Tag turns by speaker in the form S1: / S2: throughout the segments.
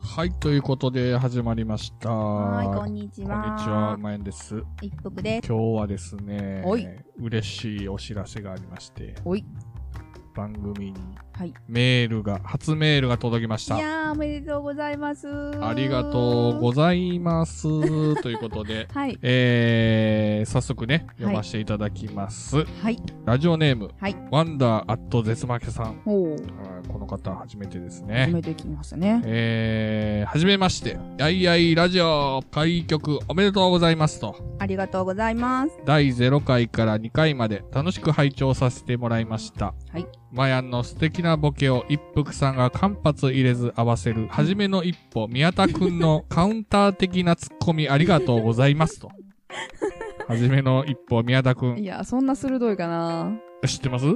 S1: はい、ということで始まりました。
S2: はい、こんにちは。
S1: こんにちは、まえんです。
S2: 一服です。
S1: 今日はですね
S2: おい、
S1: 嬉しいお知らせがありまして、
S2: おい。
S1: 番組に
S2: はい。い
S1: メールが、初メールが届きました。
S2: やー、おめでとうございます。
S1: ありがとうござい ます。ということで、
S2: はい。
S1: えー、早速ね、
S2: い
S1: 読ませていただきます。
S2: はい。
S1: ラジオネーム、
S2: はい。
S1: ワンダーアットゼスマケさん。
S2: おお。
S1: あーこの方、初めてです
S2: 初
S1: ね。
S2: めてきましたね。
S1: えー、はじめまして、やいやいラジオ、開局おめでとうございますと。
S2: ありがとうございます。
S1: 第0回から2回まで楽しく拝聴させてもらいました。
S2: はい。
S1: マヤンの素敵なボケを一服さんが間髪入れず合わせる、はじめの一歩、宮田くん のカウンター的なツッコミありがとうございますと。はじめの一歩、宮田くん
S3: い。や、そんな鋭いかな。
S1: 知ってます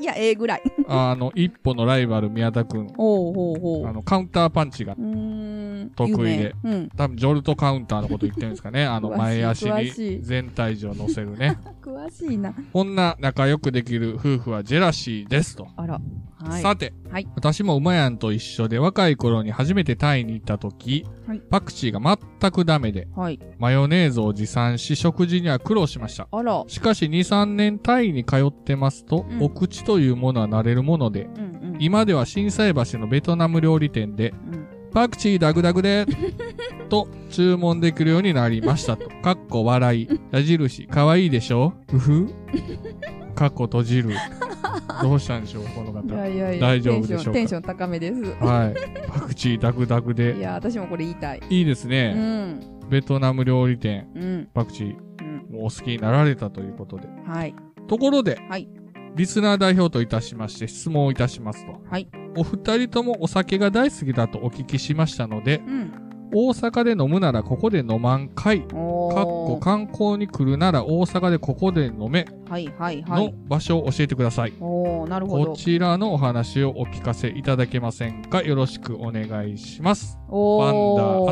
S2: いや、ええぐらい。
S1: あの、一歩のライバル、宮田くん。
S3: ほうほうほ
S1: あの、カウンターパンチが
S3: う。うーん。
S1: 得意で。
S3: 有名うん。
S1: 多分、ジョルトカウンターのこと言ってるんですか ね。あの、
S3: 詳しい
S1: 前足
S3: 詳し
S1: に
S3: い
S1: 全体重を乗せるね。
S3: 詳しいな。
S1: こんな仲良くできる夫婦はジェラシーですと。
S3: あら。はい。
S1: さて、
S3: はい
S1: 私も馬やんと一緒で若い頃に初めてタイに行った時、
S3: はい
S1: パクチーが全くダメで、
S3: はい。
S1: マヨネーズを持参し食事には苦労しました。
S3: あら。
S1: しかし2、3年タイに通ってますと、
S3: うん
S1: お口というものは慣れるもので、
S3: うんうん。
S1: 今では震災橋のベトナム料理店で、
S3: うん
S1: パクチーダグダグ でと注文できるようになりましたと。かっこ笑い。矢印、かわいいでしょうふかっこ閉じる。どうしたんでしょうこの
S3: い
S1: 方。
S3: やいやいや。
S1: 大丈夫でしょうか
S3: テンションテンション高めです。
S1: はい。パクチーダグダグ
S3: い
S1: で。
S3: や、私もこれ言いたい。
S1: いいです
S3: う
S1: ね。
S3: ん。
S1: ベトナム料理店、
S3: うん。
S1: パクチー、
S3: うん。
S1: もうお好きになられたということで。
S3: はい。
S1: ところで、
S3: はい
S1: リスナー代表といたしまして質問をいたしますと。
S3: はい
S1: お二人ともお酒が大好きだとお聞きしましたので、
S3: うん。
S1: 大阪で飲むならここで飲まんかい。
S3: おー。
S1: かっこ観光に来るなら大阪でここで飲め
S3: はいはいは
S1: の
S3: い。
S1: 場所を教えてください。
S3: おー、なるほ
S1: こ
S3: ど。
S1: ちらのお話をお聞かせいただけませんかよろしくお願いします。バンダーアッ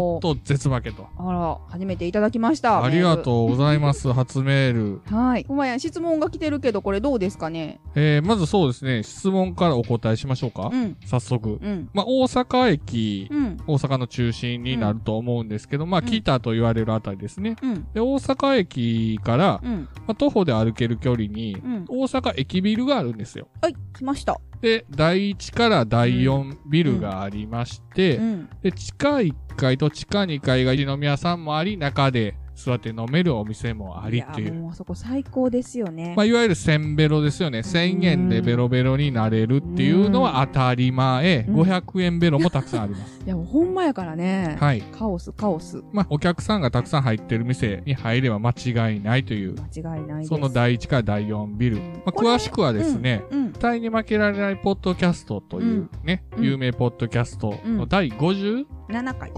S3: おー。
S1: ト絶負けと。
S3: あら、初めていただきました。
S1: ありが
S3: う。
S1: とうございます。初メール。
S3: はい。うまやん、質問が来てるけど、これどうですかね
S1: えー、まずそうですね、質問からお答えしましょうか。
S3: うん。
S1: 早速。
S3: うん。
S1: まあ、大阪駅、
S3: うん。
S1: 大阪の中心になると思うんですけど、まあ、
S3: うん
S1: 来たと言われるあたりですね。
S3: うん。
S1: で、大阪駅から、
S3: うん。
S1: まあ、徒歩で歩ける距離に、
S3: うん。
S1: 大阪駅ビルがあるんですよ。
S3: はい、来ました。
S1: で、第1から第4ビルがありまして、
S3: うん。
S1: で、地下1階と地下2階が一宮さんもあり、中で座って飲めるお店もありってい
S3: や
S1: う。
S3: もうあそこ最高ですよね。
S1: まあ、いわゆるせんべろですよね。1000円でベロベロになれるっていうのは当たり前。
S3: うん
S1: 500円ベロもたくさんあります。
S3: いやもうほんまやからね。
S1: はい。
S3: カオスカオス。
S1: まあ、お客さんがたくさん入ってる店に入れば間違いないという、
S3: 間違いないです。
S1: その第1から第4ビル。まあ、
S3: これ
S1: 詳しくはですね、
S3: うん
S1: 絶。対に負けられないポッドキャストというね、
S3: うん
S1: 有名ポッドキャストの第 50?57
S3: 7回。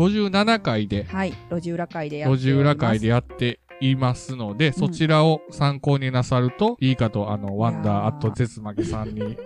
S1: 回で、
S3: はい。路地裏会でやっております。
S1: 50裏回でやっていますので、そちらを参考になさるといいかと、あの、ワンダーアットゼツマゲさん に、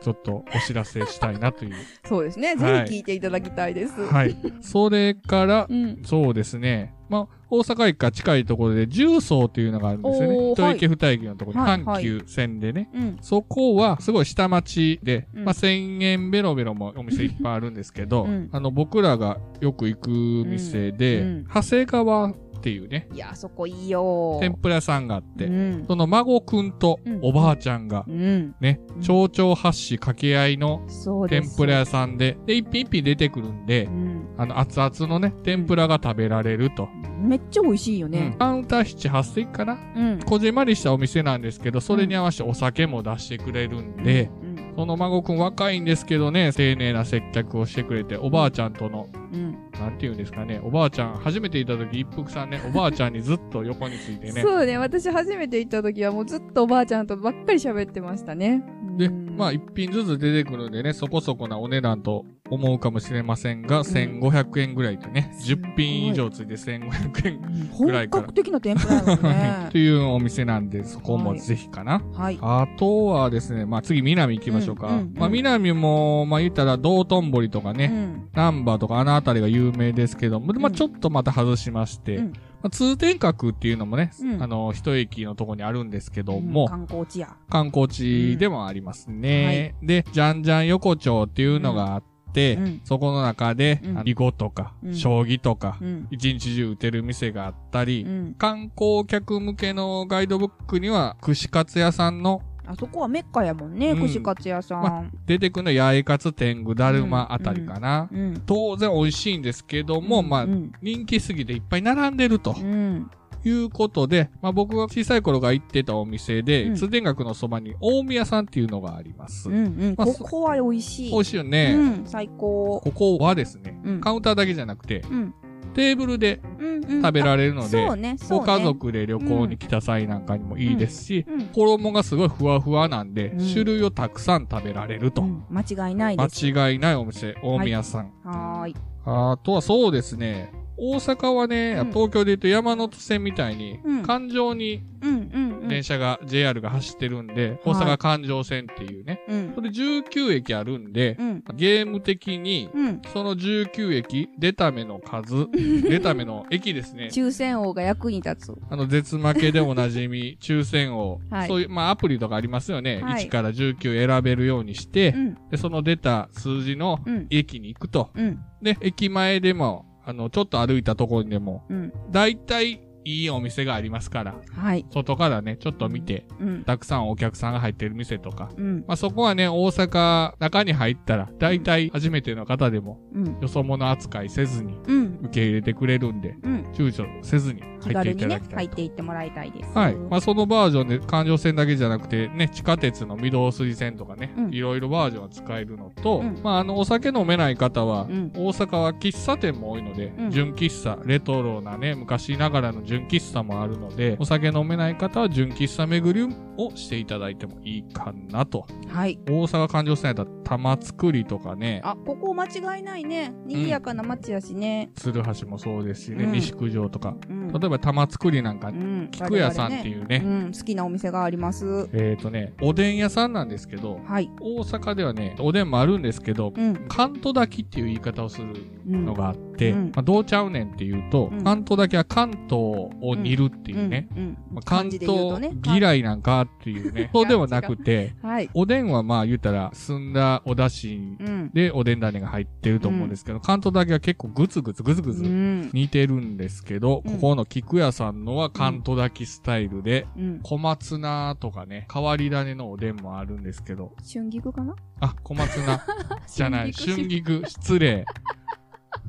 S1: ちょっとお知らせしたいなという。
S3: そうですね。ぜ
S1: はい
S3: ひ聞いていただきたいです。
S1: はい。それから
S3: う、ん。
S1: そうですね。まあ、大阪駅から近いところで、重曹というのがあるんですよね。
S3: おー
S1: 一駅二駅のところに、
S3: はいは
S1: 阪
S3: い
S1: 急線でね。
S3: うん。
S1: そこは、すごい下町で、
S3: うん
S1: まあ、1000円ベロベロもお店いっぱいあるんですけど、
S3: うん
S1: あの、僕らがよく行く店で、
S3: うんうん
S1: 長谷川っていうね、
S3: いや、あそこいいよー。
S1: 天ぷら屋さんがあって、
S3: うん。
S1: その孫くんと
S3: うん
S1: おばあちゃんが、
S3: うん。
S1: ね
S3: う、ん
S1: 蝶々発し掛け合いの
S3: そうで
S1: 天
S3: す。
S1: ぷら屋さんで、で、一品一品出てくるんで
S3: う、ん。
S1: あの、熱々のね、天ぷらが食べられると。
S3: めっちゃ美味しいよ
S1: うん
S3: ね。
S1: カウンター7、8席かな
S3: うん。
S1: こじんまりしたお店なんですけど、それに合わせてお酒も出してくれるんで、
S3: うん。
S1: その孫くん若いんですけどね、丁寧な接客をしてくれて、おばあちゃんとの、
S3: うん。
S1: なんていうんですかね、おばあちゃん、初めていた時、一服さんね、おばあちゃんにずっと横についてね。
S3: そうね。私初めて行った時はもうずっとおばあちゃんとばっかり喋ってましたね。
S1: で、
S3: うん
S1: まあ、一品ずつ出てくるんでね、そこそこなお値段と思うかもしれませんが、1500円ぐらいでね、
S3: すごい
S1: 10品以上ついて1500円ぐらいか
S3: 本
S1: ら
S3: 格的な天ぷらだ ね
S1: と。いうお店なんで、そこもぜひかな。
S3: はい。
S1: あとはですね、まあ次、南行きましょうか。
S3: うんうんうん
S1: まあ南も、まあ言ったら道頓堀とかね、
S3: うん。
S1: 難波とかあの辺りが有名ですけども、まあ
S3: うん
S1: ちょっとまた外しまして、
S3: うん
S1: まあ通天閣っていうのもね、
S3: うん
S1: あの、一駅のとこにあるんですけど
S3: う
S1: も
S3: ん、観光地や。
S1: 観光地でもありますね。で、じゃんじゃん横丁っていうのがあって、って、
S3: うん
S1: そこの中で、
S3: うん
S1: 囲碁とか、
S3: うん
S1: 将棋とか、
S3: うん。
S1: 一日中打てる店があったり、
S3: うん。
S1: 観光客向けのガイドブックには、串カツ屋さんの
S3: あそこはメッカやもんね、
S1: うん
S3: 串カツ屋さん。
S1: 出てくるのは八重カツ天狗だるまあたりかな。
S3: うん。
S1: 当然美味しいんですけども、まあ
S3: う、ん。
S1: 人気すぎていっぱい並んでると
S3: うん。
S1: いうことで、まあ僕が小さい頃が行ってたお店で、
S3: うん
S1: 通天閣のそばに大宮さんっていうのがあります。
S3: うん。うん。
S1: まあ
S3: こ
S1: そ
S3: こは美味しい。
S1: 美味しいよね。
S3: うん。最高。
S1: ここはですね、
S3: うん
S1: カウンターだけじゃなくて、
S3: うん。
S1: テーブルで
S3: うん。うん。
S1: 食べられる
S3: れ
S1: ので、
S3: そうね、そう
S1: ご
S3: ね。
S1: 家族で旅行に来た際なんかにもいいですし、
S3: うん。
S1: 衣がすごいふわふわなんで、
S3: うん
S1: 種類をたくさん食べられると。
S3: うん間違いないです。
S1: 間違いないお店、大宮さん。
S3: はーい。
S1: あとはそうですね、大阪はね、
S3: うん
S1: 東京で言うと山手線みたいに、
S3: うん
S1: 環状に
S3: うんうんうん。
S1: 電車が、JR が走ってるんで、大
S3: はい
S1: 阪環状線っていうね、
S3: うん
S1: そ。れ19駅あるんで、
S3: うん。
S1: ゲーム的に、
S3: うん。
S1: その19駅、出た目の 数、出た目の駅ですね。
S3: 抽選王が役に立つ。
S1: あの、絶負けでおなじ み、抽選を、
S3: はい
S1: そういう、まあ、アプリとかありますよね。
S3: はい
S1: 1から19選べるようにして、
S3: うん。
S1: で、その出た数字の
S3: うん。
S1: 駅に行くと。
S3: うん。
S1: で、駅前でも、あの、ちょっと歩いたところにでも、
S3: うん。
S1: だいたいいいお店がありますから、
S3: はい。
S1: 外からね、ちょっと見て、
S3: うん。
S1: たくさんお客さんが入ってる店とか、
S3: うん。
S1: まあ、そこはね、大阪、中に入ったら、だいたい初めての方でも、
S3: うん。
S1: よそ者扱いせずに、
S3: うん。
S1: 受け入れてくれるんで、
S3: うん。
S1: 躊躇せずに
S3: 気
S1: 入って
S3: 軽
S1: い
S3: に
S1: ただ
S3: ね
S1: き、た
S3: 入
S1: い
S3: っ
S1: と。
S3: ていってもらいたいです。
S1: はい。まあ、そのバージョンで、環状線だけじゃなくて、ね、地下鉄の御堂筋線とかね、
S3: うん
S1: いろいろバージョンが使えるのと、
S3: うん
S1: まあ、あの、お酒飲めない方は、
S3: うん
S1: 大阪は喫茶店も多いので、
S3: うん
S1: 純喫茶、レトロなね、昔ながらの純喫茶もあるので、お酒飲めない方は純喫茶巡りをしていただいてもいいかなと。
S3: はい。
S1: 大阪環状線やったら、玉造りとかね、
S3: あ、ここ間違いないね。賑やかな街やしね。
S1: 鶴橋もそうですしね、
S3: うん
S1: 西九条とか、
S3: うん。
S1: 例えば玉造りなんか、
S3: うん。
S1: 菊屋さんって
S3: う。
S1: いうね、
S3: うん。好きなお店があります。
S1: えっ、ー、とね、おでん屋さんなんですけど、
S3: はい。
S1: 大阪ではね、おでんもあるんですけど、
S3: うん。
S1: カント炊きっていう言い方をする
S3: うん。
S1: のがあって、
S3: うん
S1: まあ、どうちゃうねんっていうと、
S3: うん
S1: 関東だけは関東を煮るって
S3: う
S1: いうね、
S3: ん。うん。
S1: まあ、関
S3: 漢字で言うと
S1: 東
S3: ね
S1: 嫌いなんかっていうね、そうではなくて、
S3: はい。
S1: おでんはまあ言ったら、澄んだお出汁
S3: うん。
S1: でおでん種が入ってると思うんですけど、関東だけは結構グツグツグツ
S3: う
S1: グツ
S3: ん。
S1: 似てるんですけど、
S3: うん
S1: ここの菊屋さんのは関東炊きスタイルで、
S3: うん。
S1: 小松菜とかね、変わり種のおでんもあるんですけど、
S3: 春菊かな
S1: あ、小 松菜じゃない、春。菊、失礼。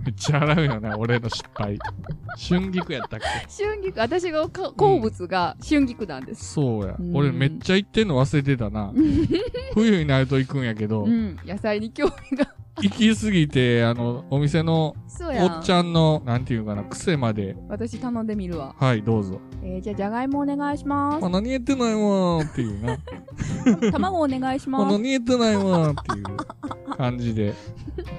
S1: めっちゃ洗うよね、俺の失敗。春菊やったっけ
S4: 春菊、私がか好物が春菊なんです。
S1: そうや
S3: う。ん
S1: 俺めっちゃ行ってんの忘れて たな。冬になると行くんやけど
S4: う、ん。野菜に興味が。
S1: 行きすぎて、あの、お店の
S4: そうや
S1: おっちゃんの、なんていうかな、癖まで、
S4: 私頼んでみるわ。
S1: はい、どうぞ。
S4: えー、じゃあ、じゃがいもお願いしま
S1: あ、何やってないわーっていうな。
S4: す。卵お願いし
S1: あ、
S4: ます。
S1: 何やってないわーっていう感じで、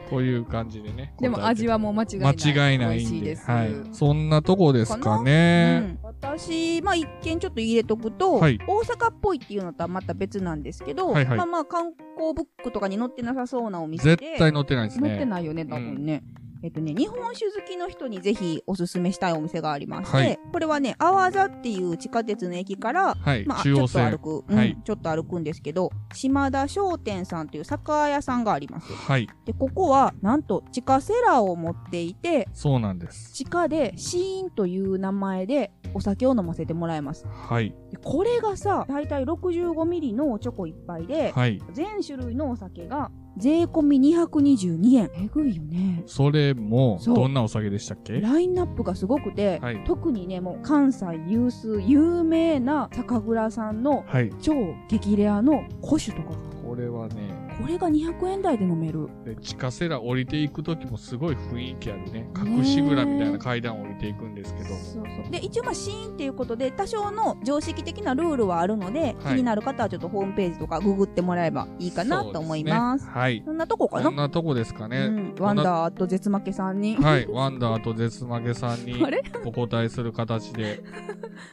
S1: こういう感じでね。
S4: でも味はもう間違いない。
S1: 間違いな
S4: 美
S1: い
S4: 味し
S1: ん
S4: い
S1: で。
S4: です。
S1: はい。そんなとこですかね。
S3: うん私、まあ、一見ちょっと入れとくと、
S1: はい
S3: 大阪っぽいっていうのとはまた別なんですけど、
S1: はいはい
S3: まあまあ観光ブックとかに載ってなさそうなお店で
S1: 絶対載ってないですね。
S4: 持ってないよね、多
S1: う
S4: 分
S1: ん
S4: ね。
S3: えっとね、日本酒好きの人にぜひおすすめしたいお店がありまして、
S1: はい
S3: これはね阿波座っていう地下鉄の駅から、
S1: はい、
S3: まあ、ち
S1: 中
S3: ょ
S1: 央
S3: っと歩
S1: 線。
S3: く、うん
S1: はい
S3: ちょっと歩くんですけど島田商店さんという酒屋さんがあります
S1: はい、
S3: でここはなんと地下セラーを持っていて
S1: そうなんです。
S3: 地下でシーンという名前でお酒を飲ませてもらえます
S1: はい、
S3: でこれがさ大体65ミリのチョコ一杯で、
S1: はい。
S3: 全種類のお酒が税込み222円えぐいよね
S1: それも、
S3: そう
S1: どんなお酒でしたっけ
S3: ラインナップがすごくて、
S1: はい
S3: 特にねもう関西有数有名な酒蔵さんの
S1: はい。
S3: 超激レアの古酒とか
S1: これはね、
S3: これが200円台で飲める
S1: で地下セラ降りていくときもすごい雰囲気あるね。隠し蔵みたいな階段を降りていくんですけど。
S3: そうそうで一応まあシーンっていうことで多少の常識的なルールはあるので、
S1: はい
S3: 気になる方はちょっとホームページとかググってもらえばいいかなと思います
S1: そうでねはい。
S3: そんなとこか
S1: こ
S3: なん
S1: なとこですかね。
S3: うん、ワンダーと絶負けさんに。
S1: はい、ワンダーと絶負けさん に
S4: あれ
S1: お答えする形で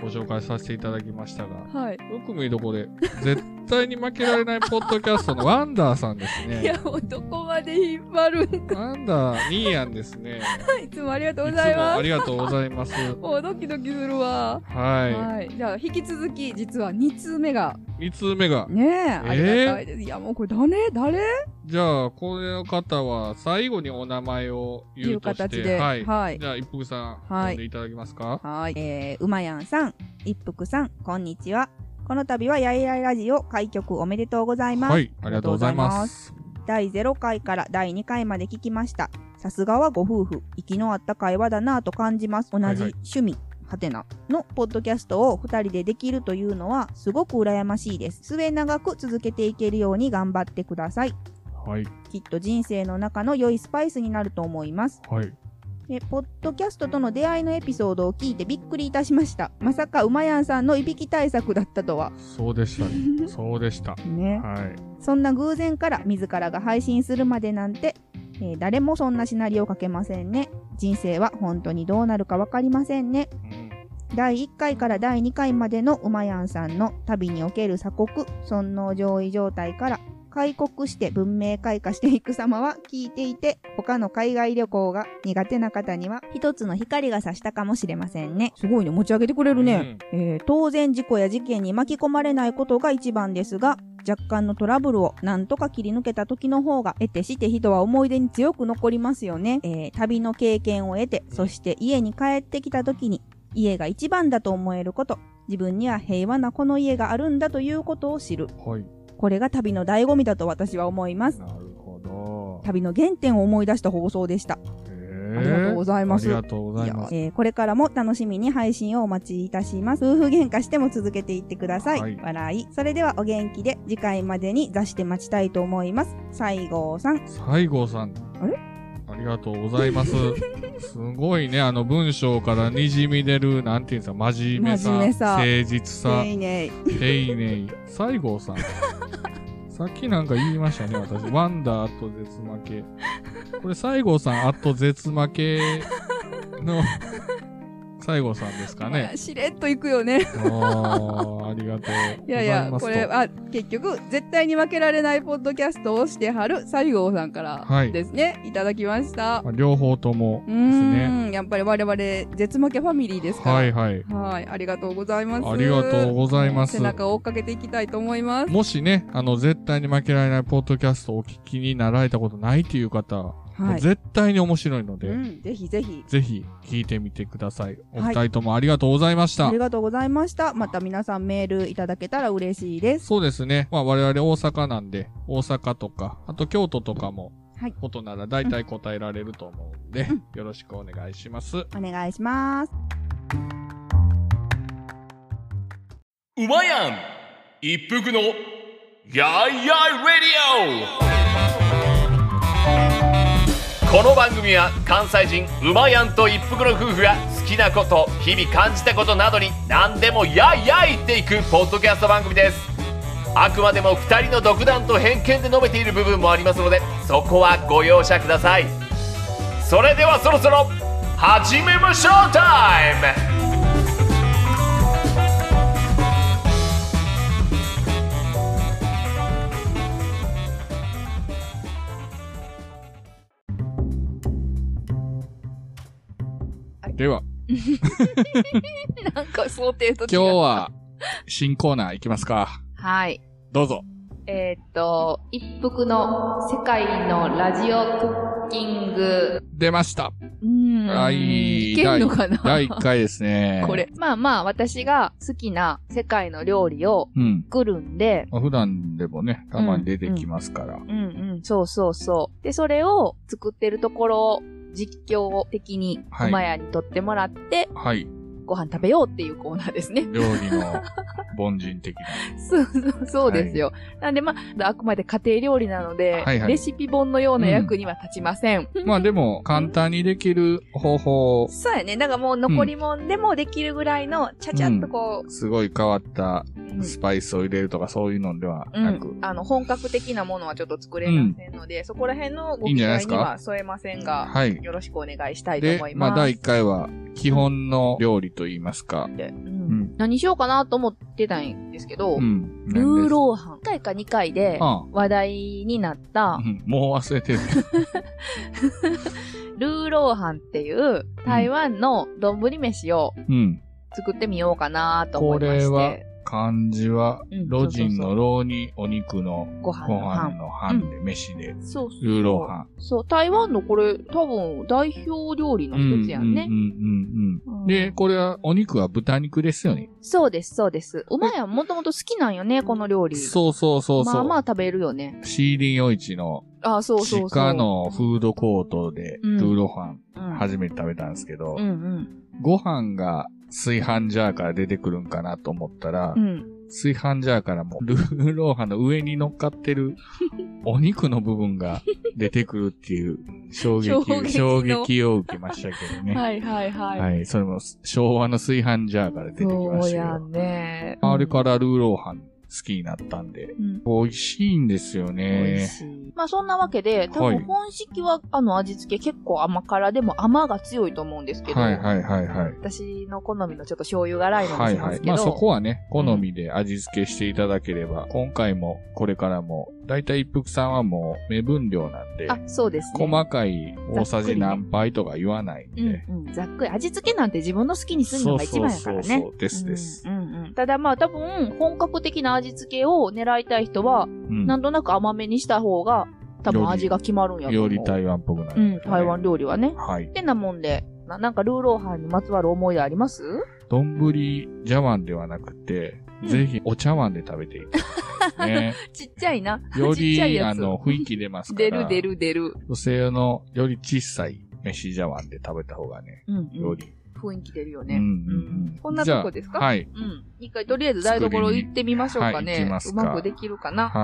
S1: ご紹介させていただきましたが、
S4: はい。
S1: よく見るとこれ、絶対に負けられないポッドキャストのワンダーさんです
S5: い
S1: ね。
S5: や、もうどこまで引っ張るんか。
S1: ワンダー、ニーヤンですね。
S5: いつもありがとう
S1: い
S5: ご
S1: つも
S5: ざい
S1: あ
S5: ます。
S1: りがとうございます。
S5: もうドキドキするわ。
S1: は
S5: はい。じゃあ、引き続き、実は2通目が。
S1: い。2通目が。
S5: ねえ、ありがたいです。いや、もうこれ誰誰
S1: じゃあ、この方は最後にお名前を
S5: い
S1: 言う
S5: う
S1: として。
S5: 形で。
S1: はい。
S5: はい。
S1: じゃあ、一服さん、
S5: はい
S1: 呼んでいただけますか
S5: はい。
S3: えー、うまやんさん、一服さん、こんにちは。この度はやいやいラジオ開局おめでとうございます。
S1: はい。ありがとうございます。
S3: 第0回から第2回まで聞きました。さすがはご夫婦、息のあった会話だなぁと感じます。同
S1: はい
S3: じ趣味、はてなのポッドキャストを2人でできるというのはすごく羨ましいです。末長く続けていけるように頑張ってください。
S1: はい。
S3: きっと人生の中の良いスパイスになると思います。
S1: はい。
S3: でポッドキャストとの出会いのエピソードを聞いてびっくりいたしました。まさかうまやんさんのいびき対策だったとは。
S1: そうでしたね。そうでした。
S3: ね。
S1: はい。
S3: そんな偶然から自らが配信するまでなんて、えー誰もそんなシナリオ書けませんね。人生は本当にどうなるかわかりませんね。
S1: うん
S3: 第1回から第2回までのうまやんさんの旅における鎖国、尊皇上位状態から開国して文明開化していく様は聞いていて、他の海外旅行が苦手な方には一つの光が差したかもしれませんね。すごいね、持ち上げてくれるね。えー当然事故や事件に巻き込まれないことが一番ですが若干のトラブルをなんとか切り抜けた時の方が得てして人は思い出に強く残りますよね、えー旅の経験を得てそして家に帰ってきた時に家が一番だと思えること自分には平和なこの家があるんだということを知る
S1: うんはい。
S3: これが旅の醍醐味だと私は思います
S1: なるほど。
S3: 旅の原点を思い出した放送でした
S1: あ
S3: ありがとうございます
S1: ありがとうございます。
S3: えーこれからも楽しみに配信をお待ちいたします。夫婦喧嘩しても続けていってください。
S1: はい
S3: 笑い。それではお元気で、次回までに出して待ちたいと思います。西郷さん。
S1: 西郷さん。
S3: あれ
S1: ありがとうござ います。すごいね、あの文章からにじみ出る、なんていうんですか、真面目さ、
S5: 真面目さ
S1: 誠実さ、
S3: 丁寧。
S1: 丁寧。西 郷さん。さっきなんか言いましたね、私。ワンダーと絶負け。これ、西郷さん、あと絶負けの西郷さんですか
S5: ま
S1: ね
S5: あ。 しれっといくよね。
S1: あーありがとう。
S5: いやいや、これ、
S1: は。
S5: あ、結局、絶対に負けられないポッドキャストをしてはる西郷さんから
S1: はい
S5: ですね、い、ただきました。
S1: まあ両方とも
S5: う
S1: ですね。
S5: ーん、やっぱり我々、絶負けファミリーですから。
S1: はいはい。
S5: はい、ありがとうございます。
S1: ありがとうございます
S5: 背中を追っかけていきたいと思い ます。
S1: もしね、あの、絶対に負けられないポッドキャストをお聞きになられたことないという方、も
S5: は
S1: う
S5: い。
S1: 絶対に面白いので、
S3: うん、ぜひぜひ。
S1: ぜひ聞いてみてください。お
S3: は
S1: 二
S3: い
S1: 人ともありがとうございました。
S3: ありがとうございました。また皆さんメールいただけたら嬉しいです。
S1: そうですね。まあ我々大阪なんで、大阪とか、あと京都とかも、
S3: はい
S1: ことなら大体答えられると思うんで、よろしくお願いします。
S3: お願いします。
S6: うまやん一服のやいやいレディオこの番組は関西人うまやんと一服の夫婦が好きなこと日々感じたことなどに何でもやいやい言っていくポッドキャスト番組ですあくまでも2人の独断と偏見で述べている部分もありますのでそこはご容赦くださいそれではそろそろ始めましょうタイム
S1: では、
S5: なんか想定と違う。
S1: 今日。は、新コーナー行きますか。
S7: はい。
S1: どうぞ。
S7: えーっと、一服の世界のラジオクッキング。
S1: 出ました。
S7: うん
S1: はい。
S5: いけんのかな。
S1: 第1回ですね
S5: これ。
S7: まあまあ、私が好きな世界の料理を
S1: うん。
S7: 作るんで、
S1: まあ、普段でもね、たまに出てきますから。
S7: うんうん、そうそうそう。で、それを作ってるところを実況的に
S1: はい
S7: 馬屋に撮ってもらって、
S1: はい。
S7: ご飯食べようっていうコーナーですね。
S1: 料理の凡人的
S7: そうそう、そうですよ。なんでまあ、あくまで家庭料理なので、
S1: はいはい
S7: レシピ本のような役には立ちません。
S1: な。まあでも、簡単にできる方法、
S7: そうやね。だからもう残りもんでもできるぐらいの、ちゃちゃっとこ
S1: すごい変わった
S7: う、
S1: スパイスを入れるとかそういうのでは
S7: うん
S1: なく。
S7: あの、本格的なものはちょっと作れませんので、そこら辺のご
S1: いいんじ
S7: 期
S1: ゃな
S7: 待
S1: いです
S7: に
S1: か
S7: は添えませんが、
S1: はい。
S7: よろしくお願いしたいと
S1: で
S7: 思い、ま。
S1: ますあ第1回は、基本の料理といいますか、
S7: でう
S1: うんうん。
S3: 何しようかなと思ってたんですけど、
S1: うん。
S3: ルー
S1: ー。
S3: ローハン。1回か2回で
S1: あ
S3: 話題になった
S1: あ、うん。もう忘れ てる。
S3: ルーローハンっていう台湾の丼飯を
S1: うん。
S3: 作ってみようかなと思
S1: こ
S3: いまして。
S1: れは、漢字は
S3: う、ん
S1: 老人の老にお肉のご
S3: ご飯
S1: 飯
S3: の飯。
S1: の飯で、飯で、
S3: そうそう。
S1: ルーローハン。
S3: そう、台湾のこれ多分代表料理の一つやんね
S1: うん。うんうんうん。で、これは、お肉は豚肉ですよね。
S3: そうです、そうです。うまやんもともと好きなんよね、この料理。
S1: そうそうそうそう。
S3: まあまあ食べるよね。
S1: シーリンヨイチの
S3: あそうそうそう。
S1: 地下のフードコートで
S3: うん
S1: ルーローハン
S3: うん、
S1: 初めて食べたんですけど、
S3: うんうん。
S1: ご飯が炊飯ジャーから出てくるんかなと思ったら、
S3: うん。
S1: 炊飯ジャーからもルーローハンの上に乗っかって るお肉の部分が出てくるっていう衝撃
S3: 衝撃の、
S1: 衝撃を受けましたけどね。
S3: はいはいはい。
S1: はい、それも昭和の炊飯ジャーから出てきま
S3: そう
S1: した
S3: や
S1: よ。
S3: んね。
S1: あれからルーローハン好きになったんで、
S3: ん
S1: 美味しいんですよ
S3: 美味
S1: ね。
S3: しい。まあそんなわけで、多
S1: は
S3: 分
S1: い
S3: 本式は、あの味付け結構甘辛でも甘が強いと思うんですけど、
S1: はいはいはいはい。
S3: 私の好みのちょっと醤油辛いのも
S1: は
S3: し
S1: い
S3: ま
S1: は
S3: す
S1: い。
S3: け
S1: ま
S3: ど、
S1: あそこはね、好みで味付けしていただければ、今回もこれからも、だいたい一服さんはもう目分量なんで、
S3: あ、そうですね。
S1: 細かい大さじ何杯とか言わないんで。
S3: うんうん、ざっくり味付けなんて自分の好きにするのが一番やから
S1: そうそう
S3: ね。
S1: そうそうですです。
S3: うんうんうん、ただまあ多分本格的な味付けを狙いたい人は、
S1: うん
S3: なんとなく甘めにした方が多分味が決まるんやと思
S1: よ
S3: う。
S1: り台湾っぽくな
S3: う
S1: る、
S3: ん、台湾料理はね。
S1: はい
S3: っ。てなもんで、ななんかルーローハンにまつわる思い出あります
S1: 丼茶碗ではなくて、
S3: うん
S1: ぜひお茶碗で食べていただきたいですね。
S3: ちっちゃいな。
S1: よ
S3: ちっちゃい
S1: り、
S3: や
S1: あ
S3: つ
S1: の、雰囲気出ますから。
S3: 出る出。る出る。
S1: 女性のより小さい飯茶碗で食べた方がね、
S3: うん、う
S1: よ
S3: ん。
S1: り。
S3: 雰囲気出るよね。
S1: う
S3: うんん
S1: うんうん
S3: こんなとこですか
S1: じゃあはい。
S3: うん。一回とりあえず台所行ってみましょうか
S1: 作りにはい行
S3: ね。
S1: きます
S3: う
S1: か
S3: まくできるかな。
S1: は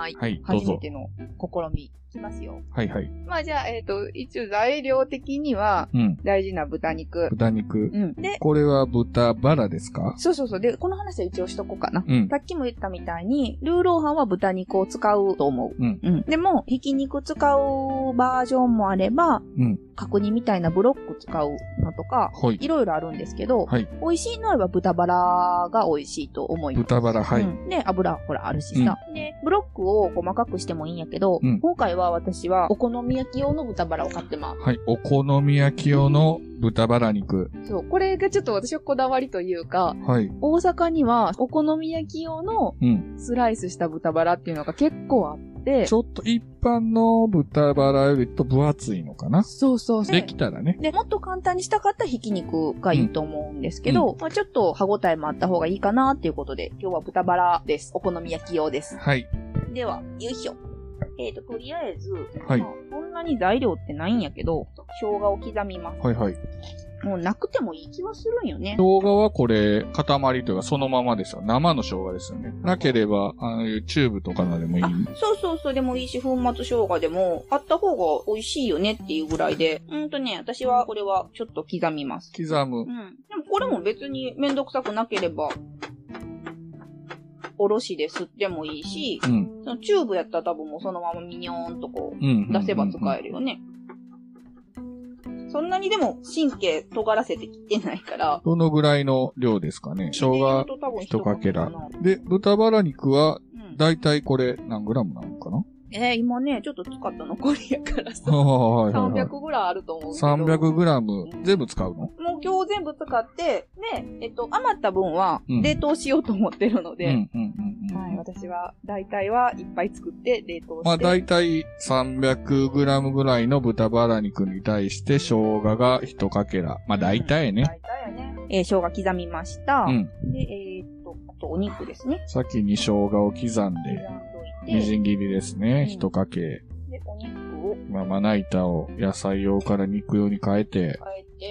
S3: はーい
S1: ーい。。はい、どう
S3: 初め
S1: ぞ。
S3: ての試み。いきますよ。
S1: はいはい。
S3: まあじゃあ、えっ、と、一応材料的には
S1: うん。
S3: 大事な豚肉。
S1: 豚肉。
S3: うん。で、
S1: これは豚バラですか
S3: そうそうそう。で、この話は一応しとこうかな。
S1: うん
S3: さ。っきも言ったみたいに、ルーローハンは豚肉を使うと思う。
S1: うん
S3: でも、ひき肉使うバージョンもあれば、
S1: うん
S3: 角煮みたいなブロック使うのとか、
S1: はい。
S3: いろいろあるんですけど、
S1: はい。
S3: 美味しいのあれば豚バラが美味しいと思います。
S1: 豚バラ、はい。
S3: うんで、油、ほら、あるしさ。で、ブロックを細かくしてもいいんやけど、
S1: うん
S3: 今回は私はお好み焼き用の豚バラを買ってます。
S1: はい。お好み焼き用の豚バラ肉。
S3: そう、これがちょっと私はこだわりというか、
S1: はい。
S3: 大阪にはお好み焼き用の
S1: うん。
S3: スライスした豚バラっていうのが結構あって
S1: ち、ょっと一般の豚バラよりと分厚いのかな
S3: そうそうそう。
S1: できたらね。
S3: で、もっと簡単にしたかったらひき肉がいいと思うんですけど、まあちょっと歯ごたえもあった方がいいかなっていうことで、今日は豚バラです。お好み焼き用です。
S1: はい。
S3: では、よいしょ。えーと、とりあえず、
S1: はい
S3: まあこんなに材料ってないんやけど、生姜を刻みます。
S1: はいはい。
S3: もうなくてもいい気はするんよね。
S1: 生姜はこれ、塊というかそのままですよ。生の生姜ですよね。なければ、ああいうチューブとかのでもいい
S3: あ。、そうそうそうでもいいし、粉末生姜でも、あった方が美味しいよねっていうぐらいで。うんとね、私はこれはちょっと刻みます。
S1: 刻む
S3: う。ん。でもこれも別にめんどくさくなければ、おろしで吸ってもいいし、
S1: うん。
S3: そのチューブやったら多分もうそのままミニョーンとこ
S1: うんうん。
S3: う、出せば使え
S1: る。
S3: るよね。そんなにでも神経尖らせてきてないから、
S1: どのぐらいの量ですかね。生姜。一かけら
S3: 多分一かけ
S1: で、豚バラ肉は、
S3: なうん
S1: だいたいこれ、何グラムなのかな
S3: えー今ね、ちょっと使った残りやからさ。
S1: はいはいはい。
S3: 300ぐらいあると思うけど。
S1: 300グラム、全部使うの
S3: もう今日全部使って、で、えっと、余った分は
S1: うん
S3: 冷凍しようと思ってるの
S1: う
S3: で、
S1: んうんうんうん。
S3: はい、私は、大体はいっぱい作って冷凍して。
S1: まあ、だいたい 300g ぐらいの豚バラ肉に対して生姜が1かけら。まあ、だいたいね。
S3: 大体やね。えー生姜刻みました。
S1: うん。
S3: で、えーっと、あとお肉ですね。
S1: 先に生姜を刻ん
S3: 刻ん
S1: で、
S3: ど
S1: み
S3: いて、
S1: じん切りですね。
S3: うん
S1: 1かけ。
S3: で、お肉を
S1: まあ、まな板を野菜用から肉用に変えて、
S3: 変え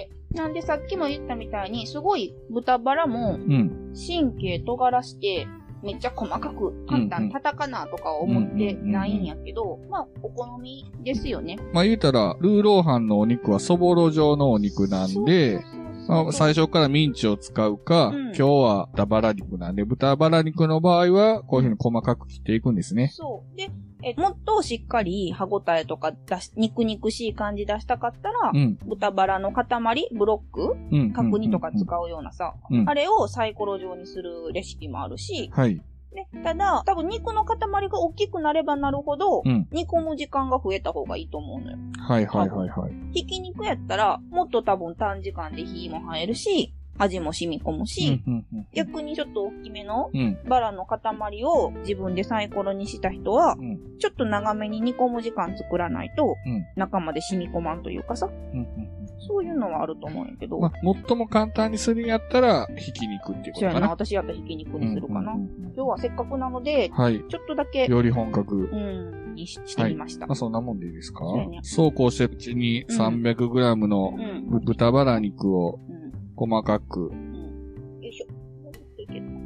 S3: て。なんでさっきも言ったみたいに、すごい豚バラも
S1: うん。
S3: 神経尖らして、めっちゃ細かく簡
S1: うんう
S3: 単
S1: ん
S3: 叩かなとか思ってないんやけど、まあ、お好みですよね。
S1: まあ、言うたら、ルーローハンのお肉はそぼろ状のお肉なんで
S3: そう、そう
S1: まあ最初からミンチを使うか、
S3: うん
S1: 今日は豚バラ肉なんで、豚バラ肉の場合は、こういうふうに細かく切っていくんですね。
S3: そう。で、えもっとしっかり歯ごたえとか出し、肉肉しい感じ出したかったら、
S1: うん。
S3: 豚バラの塊、ブロック、
S1: うん。うん
S3: 角煮とか使うようなさ、
S1: うん
S3: あれをサイコロ状にするレシピもあるし、
S1: はい。
S3: ね、ただ、多分肉の塊が大きくなればなるほど、
S1: うん
S3: 煮込む時間が増えた方がいいと思うのよ。
S1: はいはいはいはい。
S3: ひき肉やったら、もっと多分短時間で火も入るし、味も染み込むし、
S1: うんうん
S3: 逆にちょっと大きめの
S1: うん。うん。
S3: バラの塊を自分でサイコロにした人は、
S1: うん
S3: ちょっと長めに煮込む時間作らないと、
S1: うん
S3: 中まで染み込まんというかさ、
S1: うんうん
S3: そういうのはあると思うんやけど、
S1: まあ、最も簡単にするんやったら、ひき肉っていうこ
S3: そう
S1: と
S3: や
S1: か
S3: な、
S1: な。
S3: 私やったらひき肉にするかな。
S1: うんうんうん
S3: 今日はせっかくなので、
S1: はい。
S3: ちょっとだけ、
S1: より本格。
S3: うん、にししてみました。
S1: まあ、そんなもんでいいですか
S3: そうやね
S1: そうこうしてるうちに
S3: うん
S1: 300g の
S3: うん。
S1: ぶ豚バラ肉を
S3: うん
S1: 細かく
S3: よいしょ。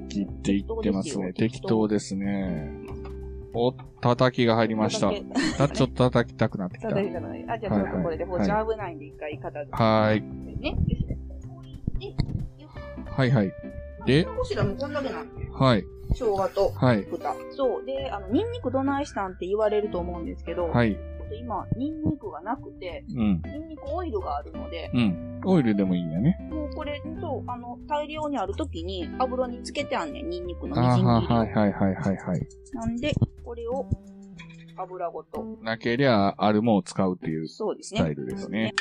S1: 切っていってますね。適
S3: 適
S1: 当
S3: 当
S1: ですね。お、叩きが入りました。たちょっと叩きたくなってきた。
S3: 叩いたのね。あ、じゃあちょっとこれで包丁危ないんで一回片付けて
S1: はーい。
S3: ね。よいし
S1: はいはい。
S3: ょ
S1: で、
S3: こしらもこんだけなんで。
S1: はい。
S3: 生姜と
S1: はい。
S3: 豚。そう。で、あの、ニンニクどないしたんって言われると思うんですけど、
S1: はい。
S3: ちょっと今、ニンニクがなくて、
S1: うん。
S3: ニンニクオイルがあるので、
S1: うん。オイルでもいいんだね。
S3: もうこれ、そう、あの、大量にある時に油につけてあんねん、ニンニクのみ
S1: あ
S3: じ
S1: ー
S3: ん
S1: は
S3: 切りを
S1: はいはいはいはいはい。
S3: なんで、これを油ごと。
S1: なけりゃ、あるもんを使うっていうス
S3: そうです
S1: タ
S3: ね。
S1: イルですね。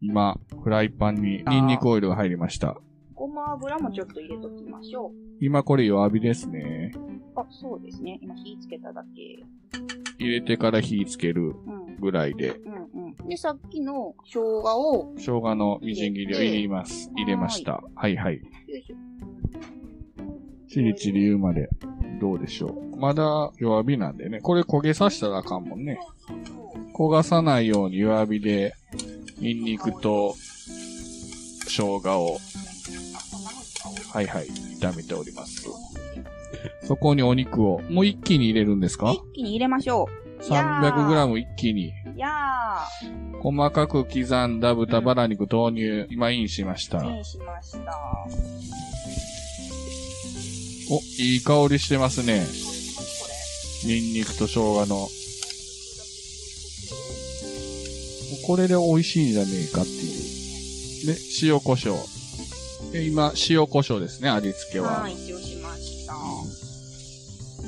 S1: 今、フライパンにニンニクオイルが入りました。
S3: ごま油もちょっと入れときましょう。
S1: 今これ弱火ですね。
S3: あ、そうですね。今火つけただけ。
S1: 入れてから火つける
S3: うん。
S1: ぐらいで、
S3: うんうん。で、さっきの生姜を、
S1: 生姜のみじん切りを入れます。入れました。はいはい。
S3: よいしょ。
S1: チリチリ言うまで、どうでしょう。まだ弱火なんでね。これ焦げさしたらあかんもんね。焦がさないように弱火で、ニンニクと生姜を、はいはい、炒めております。そこにお肉を、もう一気に入れるんですか
S3: 一気に入れましょう。いやー。
S1: ?300g 一気に。
S3: いや
S1: 細かく刻んだ豚バラ肉投入、今インしました。
S3: ー、インしました。こ
S1: お、いい香りしてますね。
S3: れ。
S1: ニンニクと生姜の。これで美味しいんじゃねえかっていう。で、塩胡椒。で今、塩胡椒ですね、味付けは。
S3: はい、一応しました。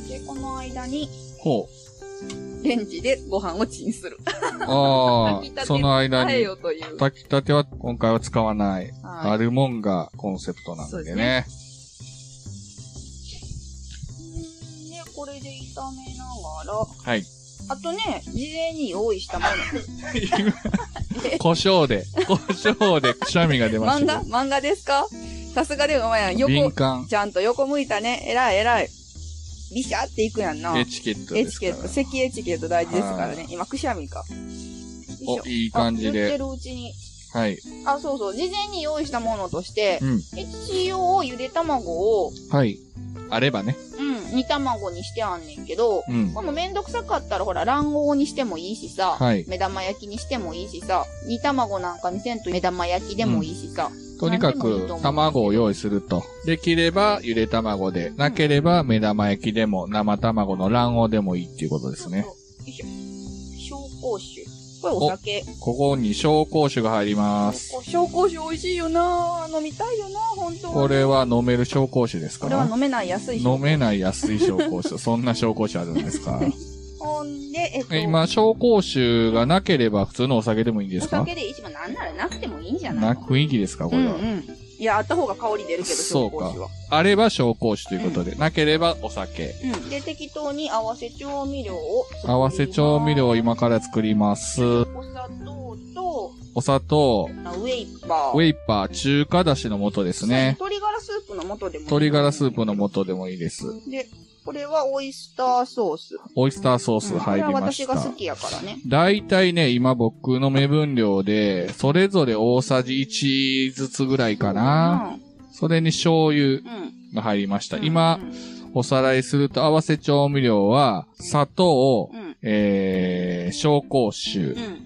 S3: で、この間に、
S1: ほう。
S3: レンジでご飯をチンする。
S1: あ
S3: 炊きたて
S1: あ、そ
S3: に
S1: の間
S3: 耐え
S1: に。
S3: よという。
S1: 炊きたては今回は使わない。あ
S3: は
S1: るもんがコンセプトなん
S3: そう
S1: で
S3: で
S1: ね。
S3: すねい。うんで、これで炒めながら、
S1: はい。
S3: あとね、事前に用意したも
S1: 胡椒で、胡椒でくしゃみが出
S3: の。
S1: まし
S3: 漫
S1: た
S3: 画
S1: け
S3: 漫画ですかさすがでお前やん。
S1: ど。敏
S3: 横、
S1: 感
S3: ちゃんと横向いたね。えらいえらい。ビシャっていくやんな。
S1: エチケット
S3: エ
S1: で
S3: チ
S1: すか
S3: ケ
S1: ら
S3: ット、席エチケット大事ですからね。今、くしゃみか。よいしょ
S1: お、いい感じ
S3: あ言って
S1: で。
S3: るうちに。
S1: はい。
S3: あ、そうそう。事前に用意したものとして、
S1: うん
S3: 一応、ゆで卵を、
S1: はい。あればね。
S3: うん、煮卵にしてあんねんけど、
S1: うん。
S3: これもめんどくさかったら、ほら、卵黄にしてもいいしさ、
S1: はい。
S3: 目玉焼きにしてもいいしさ、煮卵なんかにせんと目玉焼きでもいいしさ。
S1: とにか
S3: なんでもいい
S1: く
S3: と思う
S1: 卵を用意すると。できればゆで卵で、なければ目玉焼きでも生卵の卵黄でもいいっていうことですね
S3: そ。うそう。よいしょ。紹興酒。これお酒。
S1: ここに紹興酒が入ります。
S3: 紹興酒美味しいよな飲みたいよな本当
S1: これは飲める紹興酒です
S3: これは
S1: か
S3: 飲めない安い
S1: 飲め
S3: い。
S1: ない安い紹興 酒。そんな紹興酒あるんですか
S3: ほんで、えっと、
S1: え今、紹興酒がなければ普通のお酒でもいいんで
S3: お
S1: すか
S3: 酒で一番なんならなくてもいいんじゃな
S1: な、
S3: い
S1: 雰囲気ですかこれは。
S3: うんうん。いや、あった方が香り出るけど、
S1: そう
S3: 紹
S1: か
S3: 興酒は。
S1: あれば紹興酒ということで、なければお酒。
S3: うん。で、適当に合わせ調味料を作ります。
S1: 合わせ調味料を今から作ります。
S3: お砂糖と、
S1: お砂糖、
S3: あウェイパー。
S1: ウェイパー、中華だしの素ですね。
S3: そう。鶏ガラスープの素でもいい。
S1: 鶏ガラスープの素でもいいです。
S3: で、これはオイスターソース。
S1: オイスターソース
S3: うん
S1: 入り
S3: これは
S1: まし
S3: 私が好
S1: た。
S3: きやからね。
S1: だいたいね、今僕の目分量で、それぞれ大さじ1ずつぐらいかな。それに醤油
S3: そうやな。うん。
S1: が入りました。
S3: うん
S1: 今、、おさらいすると合わせ調味料は、砂糖、
S3: うん。うん。
S1: えー、紹興酒
S3: う、ん。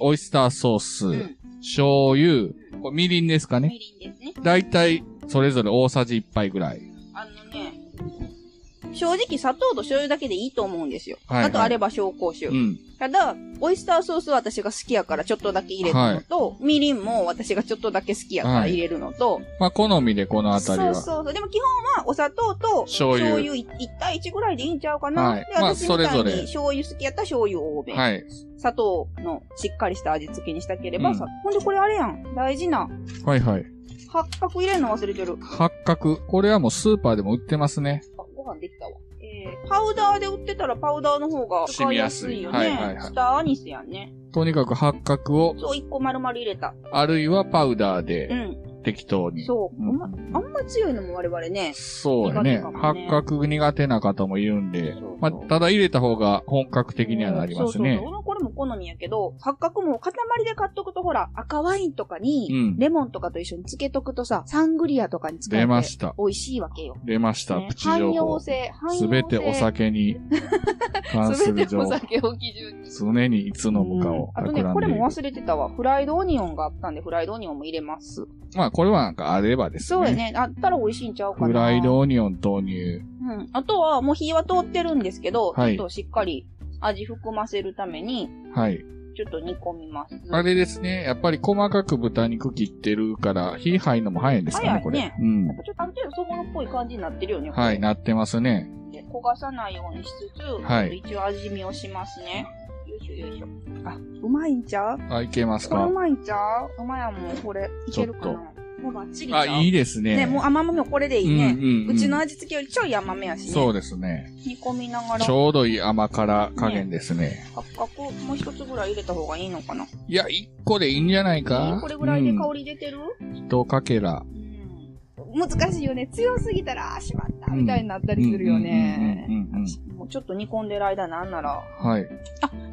S1: オイスターソース、
S3: うん
S1: 醤油、これみりんですかね。
S8: みりんですね。
S1: だいたいそれぞれ大さじ1杯ぐらい。
S8: あのね、
S3: 正直砂糖と醤油だけでいいと思うんですよ。
S1: はいはい
S3: あとあれば紹興酒。
S1: うん。
S3: ただ、オイスターソースは私が好きやからちょっとだけ入れるのと、みりんも私がちょっとだけ好きやから入れるのと、
S1: まあ、好みでこのあたり
S3: そう
S1: は。
S3: そうそう。でも基本はお砂糖と
S1: 醤油
S3: 醤油い1対1ぐらいでいいんちゃうかな。
S1: はい
S3: で、
S1: まあ
S3: 私みたいに
S1: それぞれ
S3: 醤油好きやったら醤油多め。
S1: はい。
S3: 砂糖のしっかりした味付けにしたければ、
S1: うん
S3: さほんでこれあれやん。大事な。
S1: はいはい。
S3: 八角入れるの忘れてる。
S1: 八角。これはもうスーパーでも売ってますね。
S3: あご飯できたわ。えー、パウダーで売ってたらパウダーの方が使いやすいよね。
S1: 染みやすいはいはいはい
S3: スターアニスやんね。
S1: とにかく八角を、
S3: そう、一個丸々入れた。
S1: あるいはパウダー
S3: う
S1: で
S3: ん。
S1: 適当に。
S3: そう。
S1: うん
S3: あんまあんま強いのも我々ね。
S1: そうやね
S3: 苦手か。も
S1: 八
S3: ね
S1: 角苦手な方もいるんで
S3: そうそう、
S1: まあ、ただ入れた方が本格的にはなります
S3: うんそう
S1: ね
S3: そう。そう。これも好みやけど、八角も塊で買っとくと、ほら、赤ワインとか
S1: う
S3: に、
S1: ん。
S3: レモンとかと一緒に漬けとくとさ、サングリアとかに使え
S1: 出
S3: て
S1: ました。
S3: 美味しいわけよ。
S1: 出ました。
S3: ね
S1: プチ
S3: 汎
S1: 情
S3: 用
S1: 報。
S3: 性、汎用性。
S1: すべてお酒に関す
S8: すべ
S1: る
S8: て
S1: 情
S8: お
S1: 報。
S8: 酒を基準に。
S1: 常にいつ飲むかを
S3: あ
S1: 企
S3: と
S1: んでい
S3: ね
S1: る、
S3: これも忘れてたわ。フライドオニオンがあったんで、フライドオニオンも入れます。
S1: まあ、これはなんかあればですね。
S3: そうやね。あったら美味しいんちゃうかな。
S1: フライドオニオン投入。
S3: うん。あとは、もう火は通ってるんですけど、
S1: はい
S3: ちょっとしっかり味含ませるために、
S1: はい。
S3: ちょっと煮込みます。
S1: あれですね。やっぱり細かく豚肉切ってるから、火入るのも早いんですかね、こ
S3: 早
S1: れ
S3: いね。
S1: うん
S3: やっ。ぱちょっとある程度そぼろっぽい感じになってるよね。これ
S1: はい、なってますね。
S3: で焦がさないようにしつつ、
S1: はい
S3: ちょっと一応味見をしますね。よいしょよいしょ。あ、うまいんちゃう
S1: あ、いけます
S3: これ
S1: か
S3: うまいんちゃううまいやもん、これ。いけるかなもうバッチリちゃ
S1: あ、
S3: う
S1: いいですね。
S3: ね、もう甘めもこれでいいね。
S1: ん
S3: うちの味付けよりちょい甘めやしね。
S1: そうですね。
S3: 煮込みながら、
S1: ち
S3: 八
S1: ょうどいい甘辛加減ですね。
S3: 角、もう一つぐらい入れた方がいいのかな。
S1: いや、一個でいいんじゃないか
S3: これぐらいで香り出てる、
S1: り。一かけら。
S3: 難しいよね。強すぎたら、あーしまった、
S1: うん
S3: みたいになったりするよね
S1: う。んうんうんうんうん
S3: もうちょっと煮込んでる間なんなら。
S1: はい。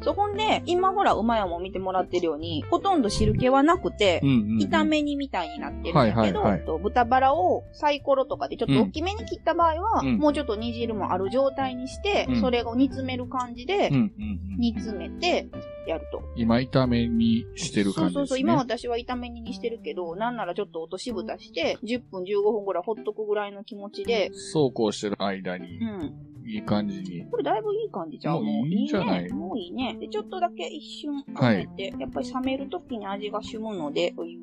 S3: そう、ほんで、今ほら、うまやも見てもらってるように、ほとんど汁気はなくて、
S1: うんうんうん
S3: 炒。め煮みたいになってるんだけど、
S1: はいはいはい
S3: えっと豚バラをサイコロとかでちょっと大きめに切った場合は、
S1: うん
S3: もうちょっと煮汁もある状態にして、
S1: うん
S3: それを煮詰める感じで
S1: うん、うんうん
S3: 煮詰めてやると。
S1: 今、炒めにしてる
S3: そ
S1: 感
S3: う
S1: じ
S3: そ
S1: で
S3: う
S1: す
S3: そう、
S1: ね。
S3: 今私は炒め煮にしてるけど、なんならちょっと落とし蓋して、10分15分ぐらいほっとくぐらいの気持ちで、
S1: そうこうしてる間
S3: う
S1: に、
S3: ん。
S1: いい感じに。
S3: これだいぶいい感じじゃん。
S1: もういいんじゃない
S3: ね。もういいね。で、ちょっとだけ一瞬冷めて、やっぱり冷めるときに味が染むので、という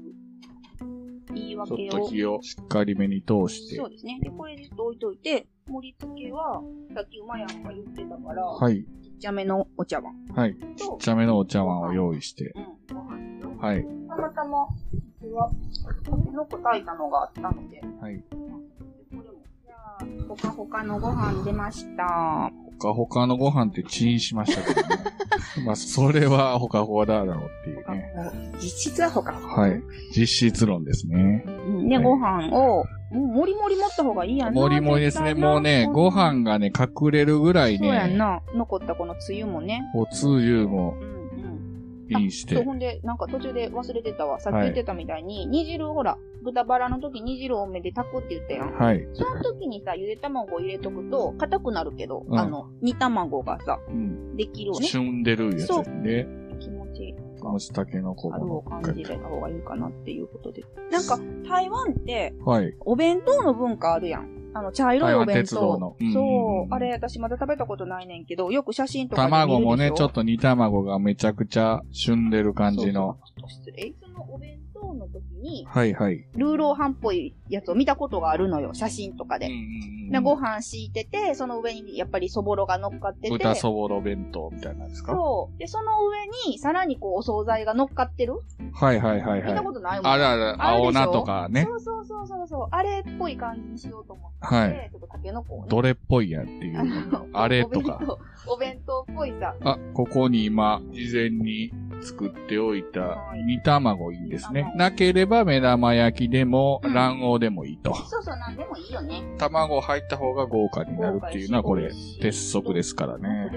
S3: 言い
S1: ちょ
S3: 訳
S1: っ
S3: を
S1: と。火をしっかりめに通して
S3: そ。うですね。で、これでちょっと置いといて、盛り付けは、さっきうまやんが言ってたから、
S1: はい。
S3: ちっちゃめのお茶碗
S1: はい。ち
S3: と
S1: っ、ちゃめのお茶碗を用意して。
S3: うん、ご飯。
S1: はい。
S3: たまたま、これは、たけのこ炊いたのがあったので、
S1: はい。
S3: これも。じゃあ、ほかほかのご飯出ました。
S1: ほかほかのご飯ってチンしました けどね。まあ、それはほかほかだろうっていうね。
S3: 実質はほかほか。
S1: はい。実質論ですね。
S3: うんで、
S1: はい
S3: ご飯を、もうもりもり持った方がいいやな。
S1: もりもりですね。もうね、ご飯がね、隠れるぐらい
S3: ね。そうやん
S1: ね、
S3: な。残ったこのつゆもね。
S1: おつゆも
S3: うんうん。
S1: インし
S3: そう、
S1: て。
S3: ほんで、なんか途中で忘れてたわ。さっき
S1: はい
S3: 言ってたみたいに、煮汁をほら、豚バラの時煮汁多めで炊くって言ったやん。
S1: はい。
S3: その時にさ、ゆで卵を入れとくと、硬くなるけど、
S1: うん
S3: あの、煮卵がさ、
S1: うん。
S3: できるよね
S1: し。ゅんでるやつですね。
S3: 気持ち、
S1: このたけのこ
S3: あるを
S1: も乗っか
S3: 感
S1: け
S3: じ
S1: て
S3: た方がいいかなっていうことで。なんか、台湾って、
S1: はい。
S3: お弁当の文化あるやん。あの、茶色い
S1: 台
S3: お
S1: 湾
S3: 弁
S1: 鉄道
S3: 当。
S1: の。うん
S3: そう、あれ、私まだ食べたことないねんけど、よく写真とかで見るでしょ
S1: 卵もね、ちょっと煮卵がめちゃくちゃしゅんでる感じの。
S3: そうそうちょっと失礼。そのお弁当の時に、
S1: はいはい。
S3: ルーローハンっぽいやつを見たことがあるのよ、写真とか
S1: う
S3: で。
S1: ん
S3: でご飯敷いてて、その上にやっぱりそぼろが乗っかってて。
S1: 豚そぼろ弁当みたいなんですか
S3: そう。で、その上に、さらにこう、お惣菜が乗っかってる
S1: はいはいはい
S3: 見
S1: は
S3: た
S1: い
S3: こ。とないもん。
S1: あるある、
S3: あるでしょ
S1: 青菜とかね。
S3: そうそうそうそうそう。あれっぽい感じにしようと思って、
S1: はい。
S3: ちょっとタケノコをね
S1: どれっぽいやって いう。あれとか。
S3: お弁当お弁当っぽいさ。
S1: あ、ここに今、事前に作っておいた
S3: はい
S1: 煮卵いいですね
S3: は。い
S1: なければ目玉焼きでも
S3: うん
S1: 卵黄でもいいと。
S3: そうそう、なんでもいいよね。
S1: 卵入った方が豪華になるっていうのはこれ、鉄則ですからね。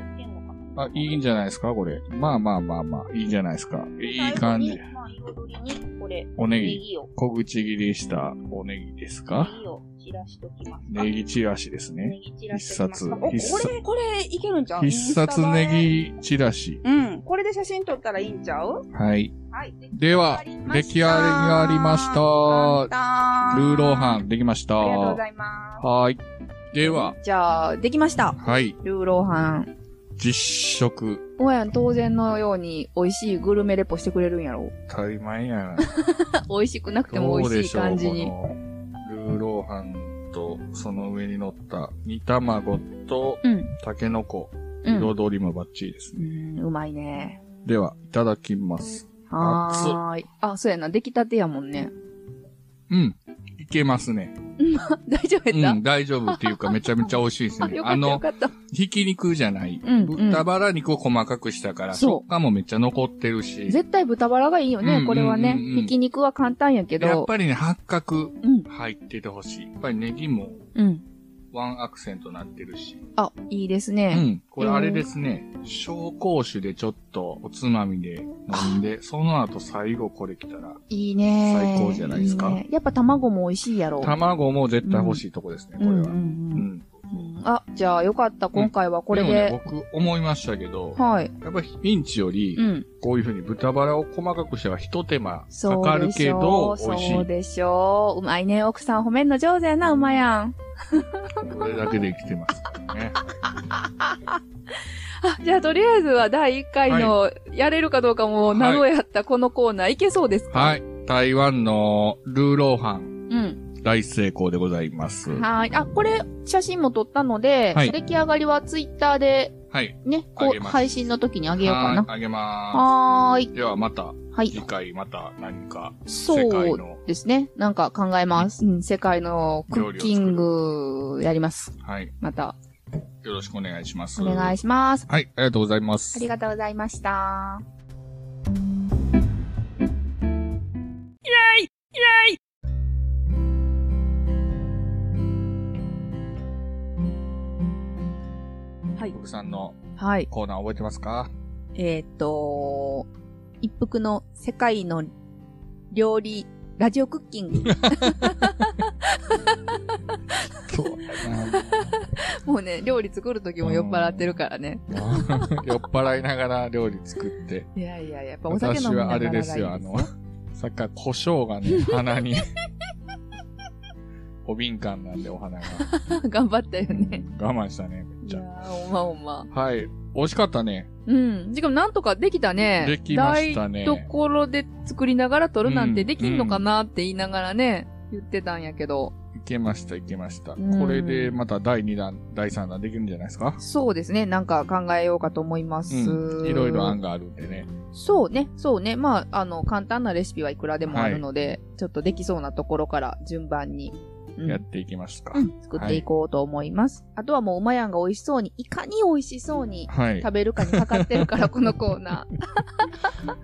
S1: あ、いいんじゃないですかこれ。まあまあまあまあ、いいんじゃないですか。いい感じ
S3: 最。後にまあ、彩りに、これ、
S1: おネギ
S3: ネギを、
S1: 小口切りしたおネギですか
S3: ネギを散らしときますか。
S1: ネギチラシですね。
S3: ネギ散らしてきますか
S1: 必殺
S3: おこれ、これ、いけるんじゃん
S1: 必殺ネギチラシ。
S3: ギ。うん。これれで写真撮ったらいいんちゃう
S1: はい。
S3: はい。
S9: では、出来上がりました。
S3: た
S9: ルーローハン、できました。
S3: ありがとうございま
S9: はい。では、
S3: す。じゃあ、できました。
S9: はい。
S3: ルーローハン。
S9: 実食。
S3: おやん当然のように美味しいグルメレポしてくれるんやろ。
S1: 当たり前やな。
S3: 美味しくなくても美
S1: どうで
S3: 味しい
S1: しょう、
S3: 感じに。
S1: この、ルーローハンと、その上に乗った、煮卵と、
S3: うん。
S1: タケノコ、
S3: うん
S1: 彩りもバッチリです
S3: う
S1: ね。
S3: ん、うまいね。
S1: では、いただきます。
S3: はーい。あ、そうやな。出来たてやもんね。
S1: うん。いけますね。
S3: 大丈夫
S1: う
S3: やっ
S1: ん、大丈夫っていうか、めちゃめちゃ美味しいです
S3: た、 あ、
S1: ね
S3: よ。か
S1: あ
S3: ったよ
S1: の、
S3: かった。
S1: ひき肉じゃない。
S3: うんうん
S1: 豚バラ肉を細かくしたから、
S3: そう
S1: 食感もめっちゃ残ってるし。
S3: 絶対豚バラがいいよ
S1: うんうんうん
S3: ね
S1: う、ん
S3: これはね。ひき肉は簡単やけ
S1: やっ
S3: ど。
S1: ぱりね、八角
S3: うん、
S1: 入っててほしい。やっぱりネギも
S3: うん。
S1: ワンアクセントになってるし。
S3: あ、いいです
S1: う
S3: ね。
S1: ん。これあれですね。紹興酒でちょっとおつまみで飲んで、その後最後これ来たら、
S3: いいね。
S1: 最高じゃないですか
S3: ねやっぱ卵も美味しいやろ。
S1: 卵も絶対欲しいとこですね、これ
S3: うんう
S1: は。
S3: ん
S1: ん。
S3: うんあ、じゃあよかった。今回はこれ
S1: でも
S3: で。
S1: ね、僕思いましたけど、
S3: はい。
S1: やっぱりミンチより
S3: う、ん。
S1: こういうふうに豚バラを細かくしては一手間
S3: そ
S1: か
S3: う
S1: か
S3: で
S1: るけ
S3: しょ
S1: ど
S3: う、
S1: 美味し
S3: そう
S1: い。
S3: でしょう。うまいね。奥さん褒めんの上手やな、うまやん。
S1: これだけで生きてますからね。
S3: あ、じゃあとりあえずは第1回の、やれるかどうかも
S1: はい
S3: 謎やったこのコーナー、いけそうですか。
S1: はいい。台湾のルーローハン、
S3: うん。
S1: 大成功でございます。
S3: はい。あ、これ、写真も撮ったので、
S9: はい
S3: 出来上がりはツイッターで、
S1: はい。
S3: ね、
S1: あ
S3: こ
S1: げ
S3: う、
S1: ます
S3: 配信の時にあ
S1: あ
S3: げようかな。
S1: あげま
S3: はーい
S1: す。。ではまた、
S3: はい。
S1: 次回また何か世界
S3: そう
S1: の、
S3: ですね。なんか考えます。うん、世界のクッキングやります。
S1: はい。
S3: また、
S1: よろしくお願いします。
S3: お願い
S1: し
S3: します。
S1: ます。はい、ありがとうございます。
S3: ありがとうございました。イェイイェイはい。
S1: 僕さんの
S3: はい。
S1: コーナー覚えてますか
S3: えーっ、と、一服の世界の料理、ラジオクッキング。
S1: そう。
S3: もうね、料理作る時も酔っ払ってるからね。
S1: 酔っ払いながら料理作って。
S3: いやいや、やっぱお酒
S1: 私
S3: 飲みな
S1: は
S3: が
S1: あ
S3: らがい
S1: れで
S3: い
S1: すよ、あの、さっきから胡椒が ね、鼻に。お敏感なんで、お花 が。
S3: 頑張ったよね。
S1: 我慢したね、めっ
S3: い
S1: ち
S3: や
S1: ゃ。
S3: ー、おまおま。
S1: はい。美味しかったね。
S3: うん。しかもなんとかできたね。
S1: できましたね
S3: 台所で作りながら撮るなん
S1: う
S3: て
S1: ん
S3: できんのかなって言いながらね、言ってたんやけど。
S1: いけました、いけました。
S3: ん
S1: これでまた第2弾、第3弾できるんじゃないですか
S3: そうですね。なんか考えようかと思います。
S1: うん。いろいろ案があるんでね。
S3: そうね。そうね。まあ、あの、簡単なレシピはいくらでもあるので、ちょっとできそうなところから順番に。うん
S1: やっていきますか。
S3: うん作っていこうと思います。あとはもう、うまやんが美味しそうに、いかに美味しそうに
S1: はい。
S3: 食べるかにかかってる から、このコーナ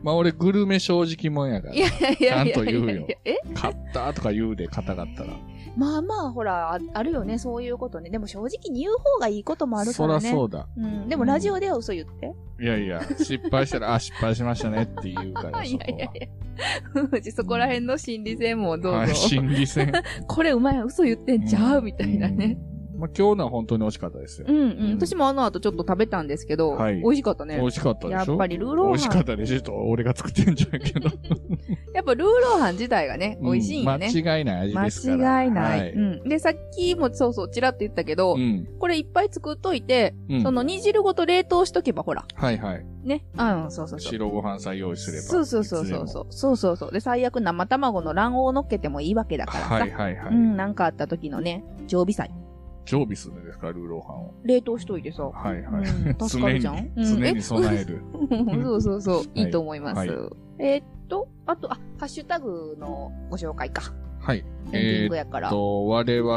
S1: まあ俺、グルメ正直もんやか
S3: ー。
S1: ら
S3: い。やいやいやいやいや
S1: ちゃんと言うよ
S3: え
S1: 買ったとか言うで、硬かったら。
S3: まあまあ、ほらあ、あるよね、そういうことね。でも正直に言う方がいいこともあるか
S1: そ
S3: ら
S1: ら
S3: ね。。
S1: そううだ。
S3: ん。でもラジオでは嘘言って。
S1: いやいや、失敗したら、あ、失敗しましたねって言うから、そこは。
S3: いやいやいや。うちそこら辺の心理戦もどうぞ。
S1: はい、心理戦。
S3: これうまいやん嘘言ってんちゃう、
S1: ん
S3: みたいなね。。
S1: うんまあ、今日のは本当に美味しかったですよ
S3: う。んうん。私もあの後ちょっと食べたんですけど、
S1: はい
S3: 美味しかったね。
S1: 美味しかったで
S3: や
S1: しょ
S3: っぱりルー
S1: 美
S3: ロー
S1: 味し
S3: ハ
S1: かっ
S3: ン。
S1: たでしょと、俺が作ってんじゃんけど。
S3: やっぱルーローハン自体がね、 美味しいんよね。
S1: 間違いない味ですから。
S3: 間違いない、
S1: はい
S3: うん。で、さっきもそうそう、ちらっと言ったけど、
S1: うん。
S3: これいっぱい作っといて、
S1: うん
S3: その煮汁ごと冷凍しとけば、ほら。
S1: はいはい。
S3: ね。うん、そうそうそう。
S1: 白ご飯さえ用意すれば。
S3: そうそうそうそうそう。そうそうそう。で、最悪生卵の卵黄を乗っけてもいいわけだからさ。
S1: はいはいは
S3: う
S1: い。
S3: ん、なんかあった時のね、常備菜。
S1: 常備するんですか、ルーローハンを。
S3: 冷凍しといてさ。
S1: はい
S3: うん
S1: はい。
S3: 助かるじゃん
S1: 常に、常に備え
S3: る。
S1: る。
S3: うん そうそうそう。いいと思います。
S1: はい
S3: えーっと、あと、あ、ハッシュタグのご紹介か。
S1: はい。
S3: エンディ
S1: え
S3: ング
S1: ー
S3: やか
S1: っ
S3: ら。
S1: と、我々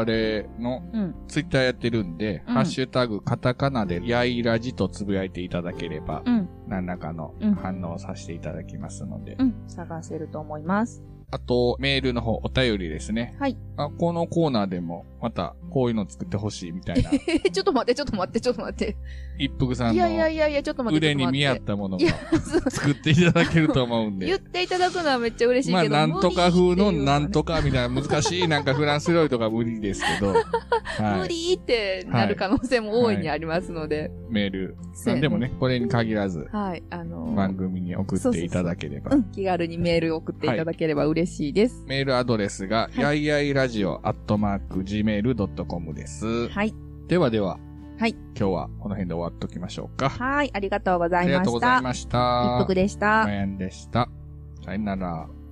S1: の
S3: うん。
S1: ツイッターやってるんで、
S3: うん
S1: ハッシュタグ、カタカナで、やいらじとつぶやいていただければ、
S3: うん
S1: 何らかの
S3: うん
S1: 反応をさせていただきますので、
S3: うん。探せると思います。
S1: あと、メールの方、お便りですね。
S3: はい
S1: あ、このコーナーでも、また、こういうの作ってほしいみ たいな、
S3: え、ちょっと待って、ちょっと待って、ちょっと待って。
S1: 一服さん
S3: いやいや
S1: の
S3: いやいや、ちょっと待って。
S1: 腕に見合っ
S3: ちょ
S1: たもの
S3: っ
S1: も
S3: と待っていや、そう
S1: 作っていただけると思うん
S3: 言っ
S1: で。
S3: ていただくのはめっちゃ嬉しい
S1: まあ、
S3: けど。
S1: なんとか風の
S3: 無理っていう
S1: なんとかみたいな難しい、なんかフランス料理とか無理ですけ ど、は
S3: 無
S1: い。
S3: 理ってなる可能性も大いにありますので。
S1: メール。
S3: せや
S1: なんでもね、これに限らず、
S3: はい、あのー
S1: 番組に送っていただければ
S3: う。ん、気軽にメールを送っていただければ嬉しいです。
S1: メールアドレスが、やいやいラジオアットマーク gmail.com です。
S3: はい。
S1: ではでは、
S3: はい
S1: 今日はこの辺で終わっときましょうか。
S3: はい、ありがとうござ
S1: あ
S3: い
S1: りが
S3: ま
S1: とうご
S3: し
S1: ざ
S3: た
S1: い。ました。
S3: 一服でした
S1: ま。やんでした。さよなら。